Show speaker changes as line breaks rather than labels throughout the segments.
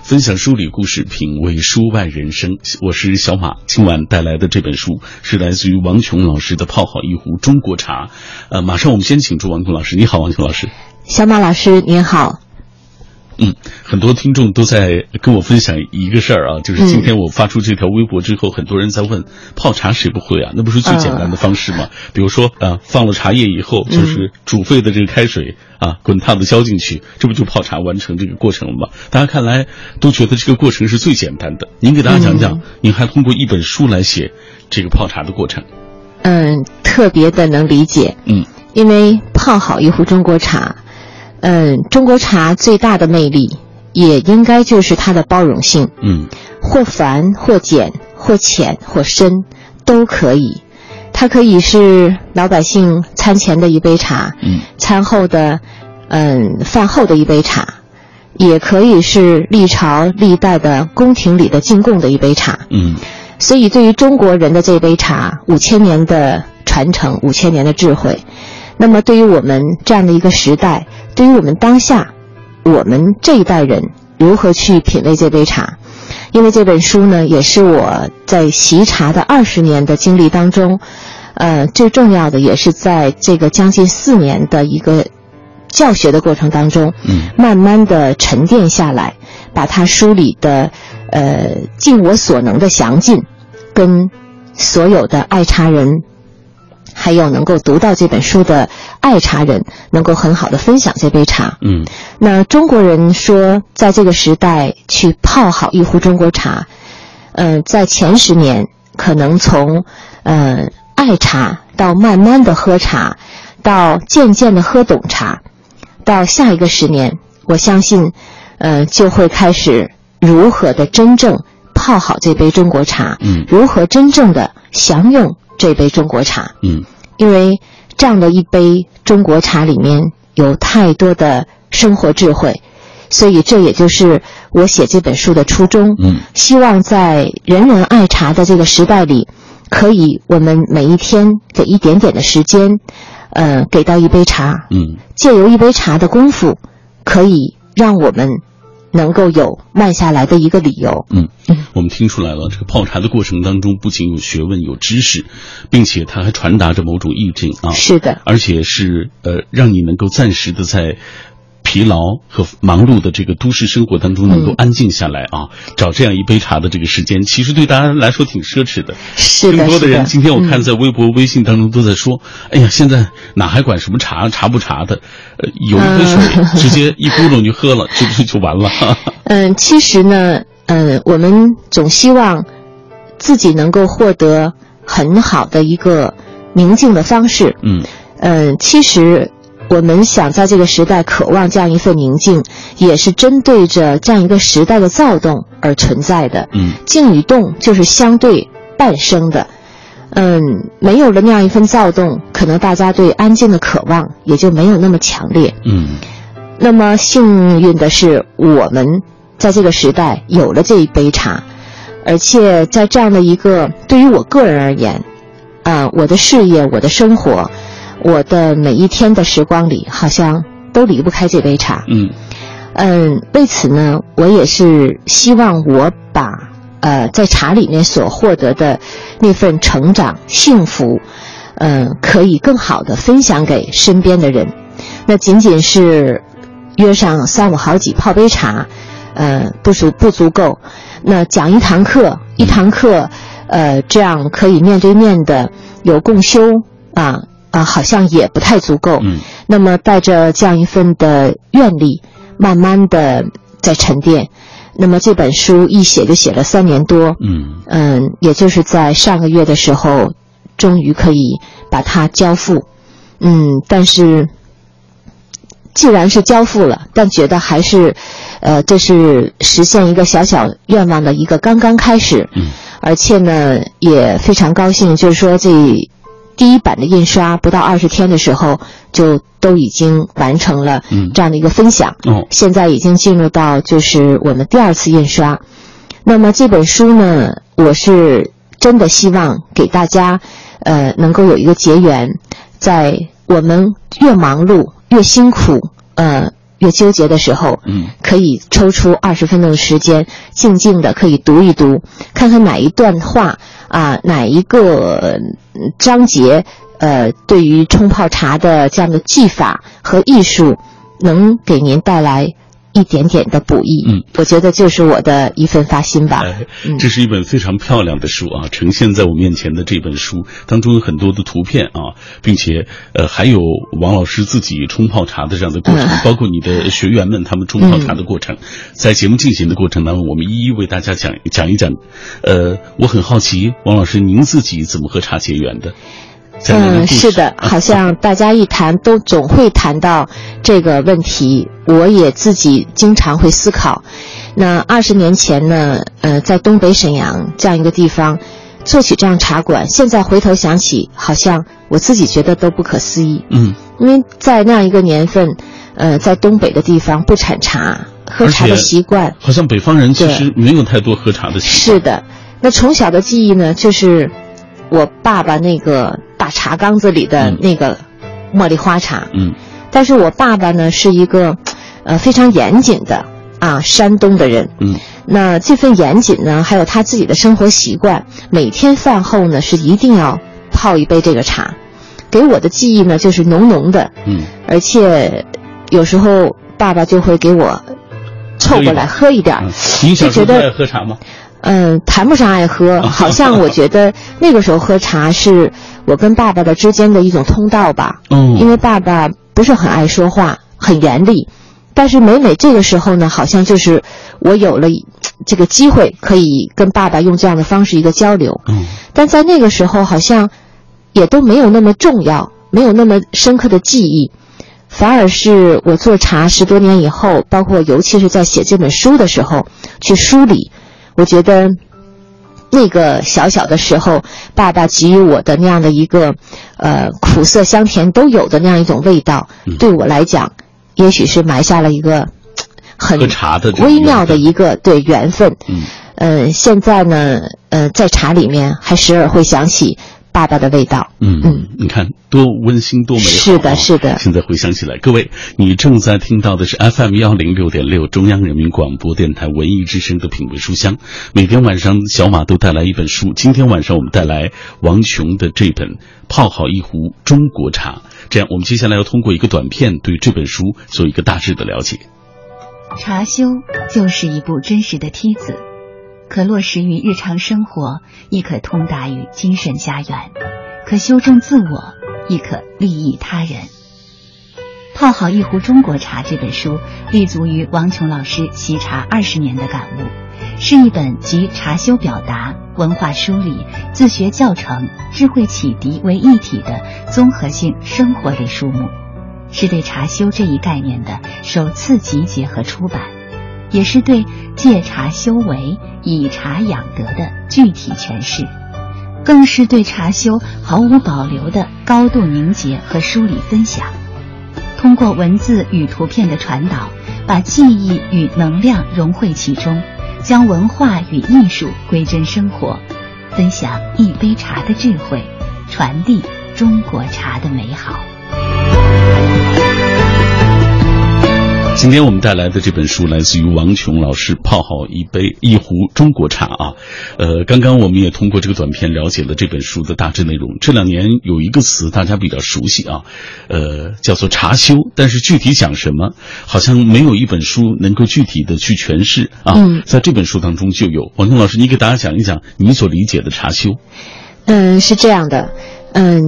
分享梳理故事，品味书外人生。我是小马，今晚带来的这本书是来自于王琼老师的《泡好一壶中国茶》。呃，马上我们先请出王琼老师。你好，王琼老师。
小马老师您好。
嗯，很多听众都在跟我分享一个事儿啊，就是今天我发出这条微博之后，很多人在问泡茶谁不会啊？那不是最简单的方式吗？比如说啊、呃，放了茶叶以后，就是煮沸的这个开水啊，滚烫的浇进去，这不就泡茶完成这个过程了吗？大家看来都觉得这个过程是最简单的。您给大家讲讲，
嗯
您还通过一本书来写这个泡茶的过程。
嗯，特别的能理解，
嗯
因为泡好一壶中国茶，嗯，中国茶最大的魅力也应该就是它的包容性，
嗯
或繁或简，或浅或深都可以。它可以是老百姓餐前的一杯茶，
嗯
餐后的，嗯，饭后的一杯茶，也可以是历朝历代的宫廷里的进贡的一杯茶。
嗯
所以，对于中国人的这杯茶，五千年的传承，五千年的智慧，那么对于我们这样的一个时代，对于我们当下，我们这一代人如何去品味这杯茶？因为这本书呢，也是我在习茶的二十年的经历当中，呃，最重要的也是在这个将近四年的一个教学的过程当中，
嗯
慢慢的沉淀下来，把它梳理的，呃，尽我所能的详尽，跟所有的爱茶人，还有能够读到这本书的爱茶人，能够很好的分享这杯茶。
嗯
那中国人说，在这个时代去泡好一壶中国茶，呃，在前十年可能从呃爱茶到慢慢的喝茶，到渐渐的喝懂茶，到下一个十年，我相信，呃，就会开始如何的真正泡好这杯中国茶，
嗯
如何真正的享用这杯中国茶。
嗯
因为这样的一杯中国茶里面有太多的生活智慧，所以这也就是我写这本书的初衷。
嗯
希望在人人爱茶的这个时代里，可以我们每一天给一点点的时间，呃，给到一杯茶，
嗯
借由一杯茶的功夫，可以让我们能够有慢下来的一个理由。
嗯，我们听出来了，这个泡茶的过程当中，不仅有学问、有知识，并且它还传达着某种意境啊，
是的，
而且是呃，让你能够暂时的在。疲劳和忙碌的这个都市生活当中，能够安静下来啊，
嗯
找这样一杯茶的这个时间，其实对大家来说挺奢侈的。
是的，
更多的
是
人，今天我
嗯
看在微博、微信当中都在说，哎呀，现在哪还管什么茶茶不茶的，呃，有一杯水， 直接一咕噜你就喝了，这不是就完了？
嗯，其实呢，嗯，我们总希望自己能够获得很好的一个宁静的方式。
嗯
嗯，其实我们想在这个时代渴望这样一份宁静，也是针对着这样一个时代的躁动而存在的。
嗯
静与动就是相对伴生的。嗯，没有了那样一份躁动，可能大家对安静的渴望也就没有那么强烈。
嗯
那么幸运的是，我们在这个时代有了这一杯茶，而且在这样的一个对于我个人而言，啊、我的事业、我的生活、我的每一天的时光里，好像都离不开这杯茶。
嗯
嗯，为此呢，我也是希望我把呃在茶里面所获得的那份成长、幸福，嗯、可以更好的分享给身边的人。那仅仅是约上三五好几泡杯茶，呃，不足不足够。那讲一堂课，一堂课，呃，这样可以面对面的有共修啊啊，好像也不太足够。
嗯
那么带着这样一份的愿力，慢慢的在沉淀。那么这本书一写就写了三年多，
嗯。
嗯，也就是在上个月的时候，终于可以把它交付。嗯，但是既然是交付了，但觉得还是，呃，这是实现一个小小愿望的一个刚刚开始。
嗯
而且呢，也非常高兴，就是说这第一版的印刷不到二十天的时候，就都已经完成了
嗯
这样的一个分享。
哦，
现在已经进入到就是我们第二次印刷。那么这本书呢，我是真的希望给大家，呃，能够有一个结缘，在我们越忙碌越辛苦，呃，越纠结的时候，
嗯，
可以抽出二十分钟的时间，静静的可以读一读，看看哪一段话啊、哪一个呃章节，呃，对于冲泡茶的这样的技法和艺术，能给您带来一点点的补益。
嗯，
我觉得就是我的一份发心吧。
哎
嗯，
这是一本非常漂亮的书啊，呈现在我面前的这本书当中有很多的图片啊，并且呃还有王老师自己冲泡茶的这样的过程，
嗯
包括你的学员们他们冲泡茶的过程，在节目进行的过程当中，我们一一为大家讲讲一讲。呃，我很好奇，王老师您自己怎么和茶结缘的？讲讲这故
嗯，
事啊
是的，好像大家一谈都总会谈到这个问题，我也自己经常会思考。那二十年前呢，呃，在东北沈阳这样一个地方做起这样茶馆，现在回头想起，好像我自己觉得都不可思议，
嗯，
因为在那样一个年份，呃，在东北的地方不产茶，喝茶
而
的
且
习惯
好像北方人其
对
实没有太多喝茶的习惯。
是的，那从小的记忆呢，就是我爸爸那个大茶缸子里的
嗯
那个茉莉花茶。
嗯
但是我爸爸呢是一个，呃，非常严谨的啊，山东的人。
嗯
那这份严谨呢，还有他自己的生活习惯，每天饭后呢是一定要泡一杯这个茶。给我的记忆呢，就是浓浓的，
嗯，
而且有时候爸爸就会给我凑过来喝一点儿
嗯。您小时候不
啊就觉得
爱喝茶吗？
嗯，谈不上爱喝，好像我觉得那个时候喝茶是我跟爸爸的之间的一种通道吧，
哦，
因为爸爸不是很爱说话，很严厉，但是每每这个时候呢，好像就是我有了一这个机会可以跟爸爸用这样的方式一个交流，
嗯
但在那个时候好像也都没有那么重要，没有那么深刻的记忆，反而是我做茶十多年以后，包括尤其是在写这本书的时候去梳理，我觉得那个小小的时候，爸爸给予我的那样的一个呃苦涩香甜都有的那样一种味道，
嗯
对我来讲，也许是埋下了一个很
喝茶的这个
嗯微妙的
缘分
一个对缘分。
嗯。
呃，现在呢，呃，在茶里面还时而会想起爸爸的味道。
嗯
嗯，
你看多温馨，多美好、啊
是的是的
现在回想起来，各位，你正在听到的是 FM 幺零六点六中央人民广播电台文艺之声的品味书香。每天晚上小马都带来一本书，今天晚上我们带来王琼的这本《泡好一壶中国茶》。这样，我们接下来要通过一个短片对这本书做一个大致的了解。
茶修就是一部真实的梯子，可落实于日常生活，亦可通达于精神家园，可修正自我，亦可利益他人。《泡好一壶中国茶》这本书立足于王琼老师习茶二十年的感悟，是一本集茶修表达、文化梳理、自学教程、智慧启迪为一体的综合性生活类书目。是对茶修这一概念的首次集结和出版，也是对借茶修为、以茶养德的具体诠释，更是对茶修毫无保留的高度凝结和梳理分享。通过文字与图片的传导，把记忆与能量融汇其中，将文化与艺术归真生活，分享一杯茶的智慧，传递中国茶的美好。
今天我们带来的这本书来自于王琼老师，《泡好一杯一壶中国茶》啊，呃，刚刚我们也通过这个短片了解了这本书的大致内容。这两年有一个词大家比较熟悉啊，呃，叫做茶修，但是具体讲什么，好像没有一本书能够具体的去诠释啊。
嗯
在这本书当中就有。王琼老师，你给大家讲一讲你所理解的茶修。
嗯，是这样的，嗯，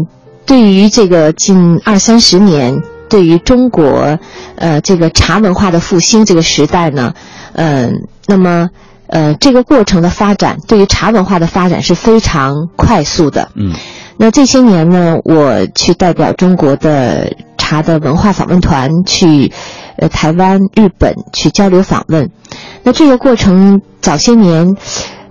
对于这个近二三十年，对于中国，呃，这个茶文化的复兴这个时代呢，嗯，那么，呃，这个过程的发展，对于茶文化的发展是非常快速的。
嗯
那这些年呢，我去代表中国的茶的文化访问团去，呃，台湾、日本去交流访问。那这个过程早些年，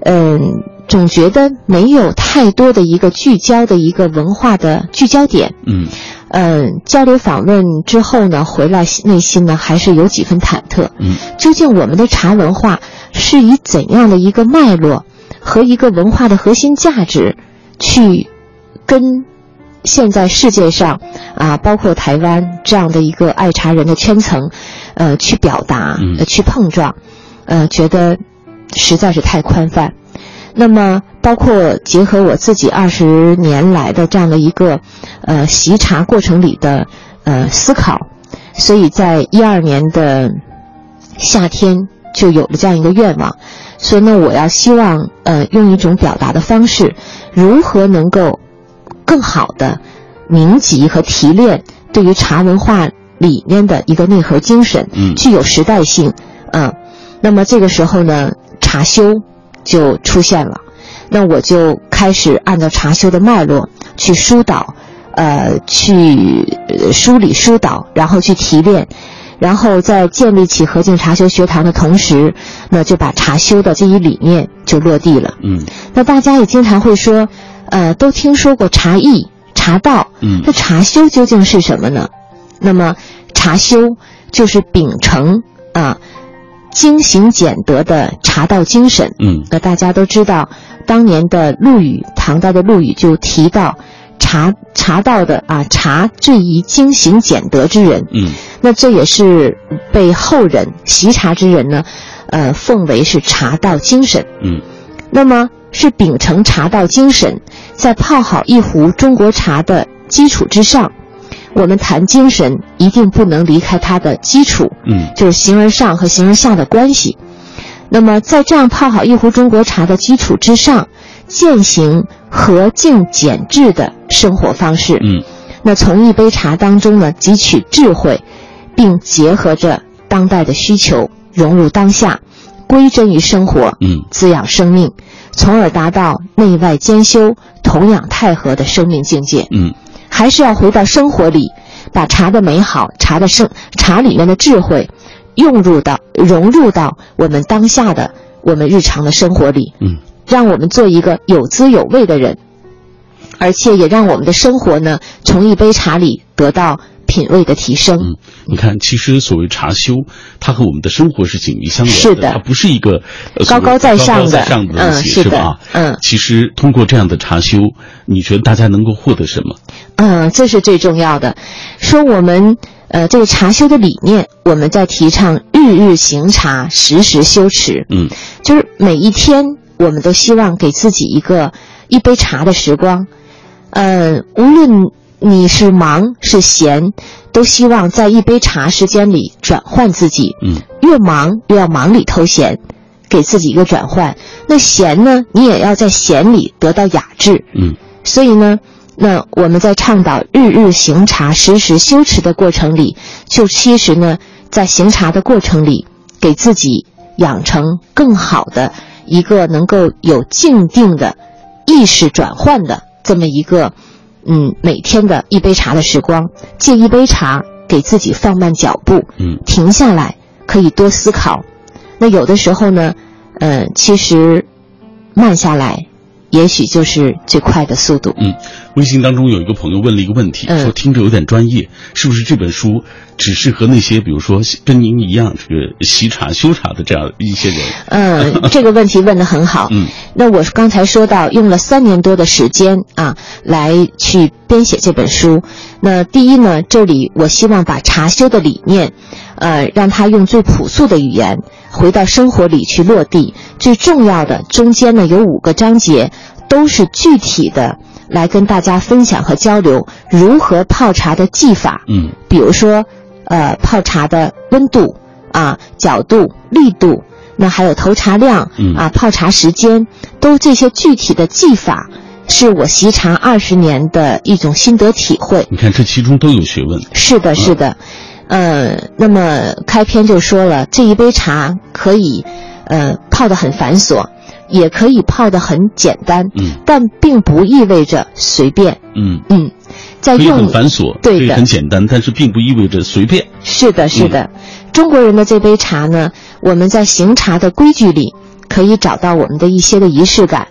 嗯、总觉得没有太多的一个聚焦的一个文化的聚焦点。
嗯
嗯、交流访问之后呢，回来内心呢还是有几分忐忑。
嗯
究竟我们的茶文化是以怎样的一个脉络和一个文化的核心价值去跟现在世界上啊，包括台湾这样的一个爱茶人的圈层，呃去表达、
嗯
呃去碰撞，呃，觉得实在是太宽泛。那么，包括结合我自己二十年来的这样的一个呃习茶过程里的呃思考，所以在一二年的夏天就有了这样一个愿望，说那我要希望呃用一种表达的方式，如何能够更好的凝集和提炼对于茶文化里面的一个内核精神，
嗯
具有时代性，嗯、那么这个时候呢，茶修就出现了，那我就开始按照茶修的脉络去疏导，呃，去呃梳理疏导，然后去提炼，然后在建立起和敬茶修学堂的同时，那就把茶修的这一理念就落地了。
嗯
那大家也经常会说，呃，都听说过茶艺、茶道，
嗯
那茶修究竟是什么呢？那么茶修就是秉承啊精行俭德的茶道精神。
嗯
那大家都知道，当年的陆羽，唐代的陆羽就提到茶茶道的啊茶最宜精行俭德之人。
嗯
那这也是被后人习茶之人呢，呃，奉为是茶道精神。
嗯
那么是秉承茶道精神，在泡好一壶中国茶的基础之上，我们谈精神一定不能离开它的基础，
嗯
就是形而上和形而下的关系。那么在这样泡好一壶中国茶的基础之上，践行和敬简致的生活方式。
嗯
那从一杯茶当中呢，汲取智慧，并结合着当代的需求，融入当下，归真于生活，
嗯
滋养生命，从而达到内外兼修、同养太和的生命境界。
嗯
还是要回到生活里，把茶的美好、茶的生、茶里面的智慧，用入到、融入到我们当下的、我们日常的生活里，
嗯
让我们做一个有滋有味的人，而且也让我们的生活呢，从一杯茶里得到品味的提升。
嗯，你看，其实所谓茶修，它和我们的生活是紧密相连
是
的，
的
它不是一个呃所
高
谓
高在
高
上
高在
的，
上的东
嗯，
西，
是的
吧？，
嗯
其实通过这样的茶修，你觉得大家能够获得什么？
嗯，这是最重要的。说我们呃这个茶修的理念，我们在提倡日日行茶，时时修持，
嗯
就是每一天我们都希望给自己一个一杯茶的时光。嗯，无论你是忙是闲，都希望在一杯茶时间里转换自己。
嗯
越忙越要忙里偷闲，给自己一个转换。那闲呢，你也要在闲里得到雅致。
嗯
所以呢，那我们在倡导日日行茶、时时修持的过程里，就其实呢，在行茶的过程里，给自己养成更好的一个能够有静定的意识转换的这么一个，嗯，每天的一杯茶的时光，借一杯茶给自己放慢脚步，
嗯
停下来，可以多思考。那有的时候呢，呃，其实慢下来，也许就是最快的速度。
嗯。微信当中有一个朋友问了一个问题，
嗯
说听着有点专业，是不是这本书只适合那些比如说跟您一样这个习茶修茶的这样一些人？
嗯，这个问题问得很好。
嗯
那我刚才说到，用了三年多的时间啊，来去编写这本书。那第一呢，这里我希望把茶修的理念，呃，让它用最朴素的语言回到生活里去落地。最重要的，中间呢有五个章节，都是具体的来跟大家分享和交流如何泡茶的技法，
嗯
比如说，呃，泡茶的温度啊、角度、力度，那还有投茶量
嗯
啊、泡茶时间，都这些具体的技法，是我习茶二十年的一种心得体会。
你看这其中都有学问。
是的，是的，
嗯
呃，那么开篇就说了，这一杯茶可以，呃，泡得很繁琐，也可以泡得很简单，
嗯
但并不意味着随便。
嗯，
嗯，在
可以
用
很繁琐，
对的
可以很简单，但是并不意味着随便。
是的，是的，
嗯
中国人的这杯茶呢，我们在行茶的规矩里可以找到我们的一些的仪式感。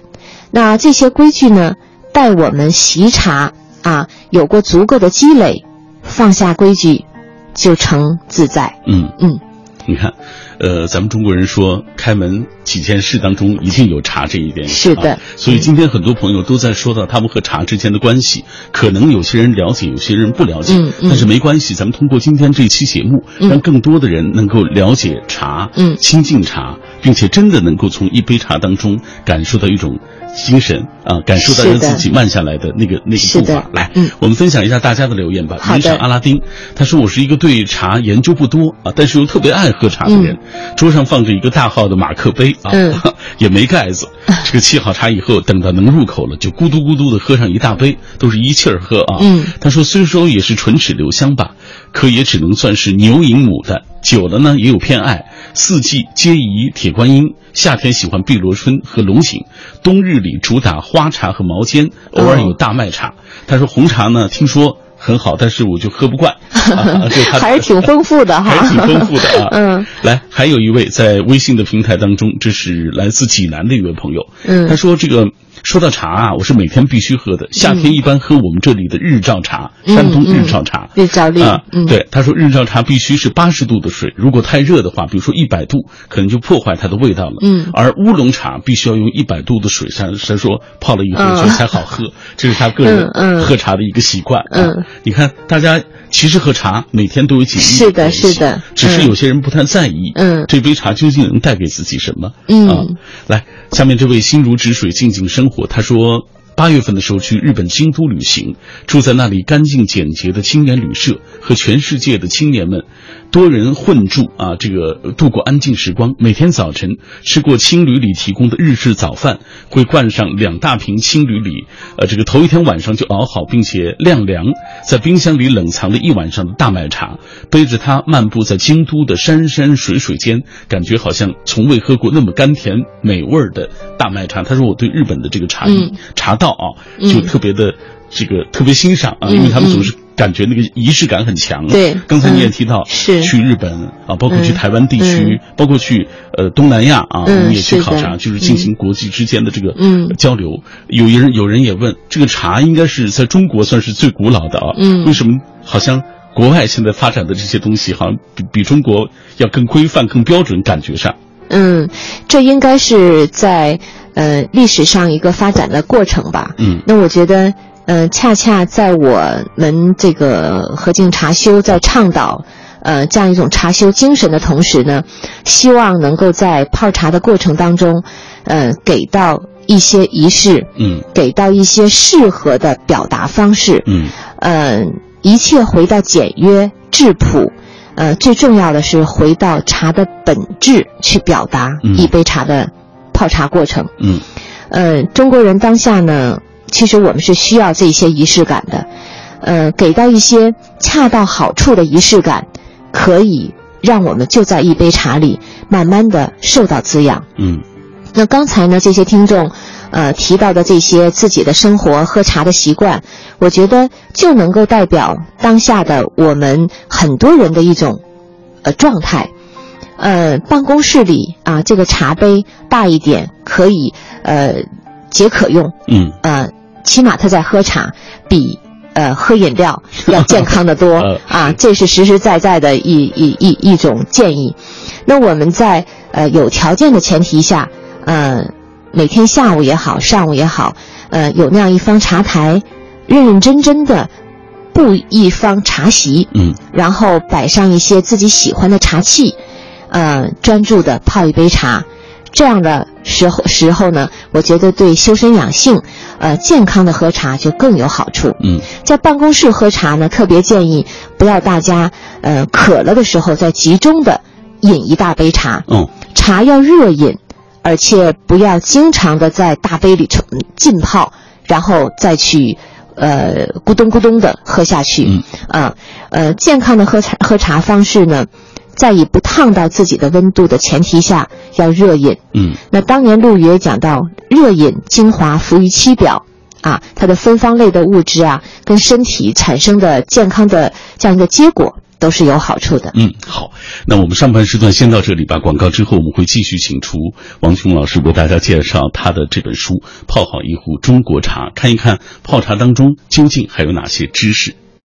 那这些规矩呢，带我们习茶啊，有过足够的积累，放下规矩，就成自在。
嗯
嗯，
你看，呃，咱们中国人说开门几件事当中一定有茶这一件事。
是的
啊所以今天很多朋友都在说到他们和茶之间的关系，可能有些人了解，有些人不了解，
嗯嗯
但是没关系，咱们通过今天这期节目，
嗯
让更多的人能够了解茶，
嗯
亲近茶，并且真的能够从一杯茶当中感受到一种精神啊，感受到
是
让
的
自己慢下来的那个那个
是
步
的
伐。来，
嗯
我们分享一下大家的留言吧。
好的
云上阿拉丁，他说我是一个对茶研究不多啊，但是又特别爱喝茶的人。桌上放着一个大号的马克杯啊，
嗯
也没盖子。这个沏好茶以后，等到能入口了，就咕嘟咕嘟的喝上一大杯，都是一气儿喝啊。
嗯，
他说虽说也是唇齿留香吧，可也只能算是牛饮母的。久了呢，也有偏爱，四季皆宜铁观音，夏天喜欢碧螺春和龙井，冬日里主打花茶和毛尖，
哦
偶尔有大麦茶。他说红茶呢，听说很好，但是我就喝不 惯，啊、就他
嗯还是挺丰富的哈，
还挺 丰富的啊。
嗯，
来，还有一位在微信的平台当中，这是来自济南的一位朋友，
嗯
他说这个。说到茶啊，我是每天必须喝的。夏天一般喝我们这里的日照茶，
嗯
山东日照茶。
日照力
啊，，
嗯，
对，他说日照茶必须是八十度的水，如果太热的话，比如说一百度，可能就破坏它的味道了。
嗯
而乌龙茶必须要用一百度的水，他他说泡了以后
嗯
觉得才好喝，这是他个
嗯
人
嗯
喝茶的一个习惯。
嗯
啊，你看大家其实喝茶每天都有几亿
是的
联系
是的
只是
嗯
有些人不太在意。
嗯
这杯茶究竟能带给自己什么？
嗯
啊，来，下面这位心如止水、静静生活，他说。八月份的时候去日本京都旅行，住在那里干净简洁的青年旅社，和全世界的青年们多人混住啊，这个呃度过安静时光。每天早晨吃过青旅里提供的日式早饭，会灌上两大瓶青旅里，呃，这个头一天晚上就熬好并且晾凉，在冰箱里冷藏了一晚上的大麦茶，背着它漫步在京都的山山水水间，感觉好像从未喝过那么甘甜美味儿的大麦茶。他说我对日本的这个茶艺、
嗯
茶道啊，
嗯
就特别的这个特别欣赏啊，
嗯
因为他们总是感觉那个仪式感很强。啊
对
刚才你也
嗯
提到，
是
去日本啊，包括去
嗯
台湾地区，包括去呃东南亚啊，
嗯
我们也去
是
考
的
察，就是进
嗯
行国际之间的这个
嗯
交流。有人有人也问，这个茶应该是在中国算是最古老的啊，
嗯
为什么好像？国外现在发展的这些东西，好像比比中国要更规范、更标准，感觉上。
嗯，这应该是在呃历史上一个发展的过程吧。
嗯
那我觉得，呃，恰恰在我们这个和敬茶修在倡导。呃，这样一种茶修精神的同时呢，希望能够在泡茶的过程当中，呃，给到一些仪式，
嗯
给到一些适合的表达方式，
嗯
呃，一切回到简约质朴，呃，最重要的是回到茶的本质去表达
嗯
一杯茶的泡茶过程。
嗯
呃，中国人当下呢，其实我们是需要这些仪式感的，呃，给到一些恰到好处的仪式感，可以让我们就在一杯茶里慢慢的受到滋养。
嗯
那刚才呢，这些听众，呃，提到的这些自己的生活喝茶的习惯，我觉得就能够代表当下的我们很多人的一种，呃，状态。呃，办公室里啊、这个茶杯大一点，可以呃解渴用，
嗯
呃，起码他在喝茶，比呃喝饮料要健康的多
呃
啊，这是实实在在的一一一一种建议。那我们在呃有条件的前提下，呃，每天下午也好，上午也好，呃，有那样一方茶台，认认真真的布一方茶席，
嗯
然后摆上一些自己喜欢的茶器，呃，专注的泡一杯茶。这样的时候时候呢，我觉得对修身养性，呃，健康的喝茶就更有好处。
嗯
在办公室喝茶呢，特别建议不要大家，呃，渴了的时候再集中的饮一大杯茶，
嗯
茶要热饮，而且不要经常的在大杯里冲浸泡，然后再去，呃，咕咚咕咚的喝下去。
嗯
啊，呃，健康的喝茶喝茶方式呢，在以不烫到自己的温度的前提下，要热饮。
嗯
那当年陆羽也讲到，热饮精华浮于七表。啊，它的芬芳类的物质啊，跟身体产生的健康的这样一个结果都是有好处的。
嗯，好，那我们上半时段先到这里吧。广告之后，我们会继续请出王琼老师为大家介绍他的这本书《泡好一壶中国茶》，看一看泡茶当中究竟还有哪些知识。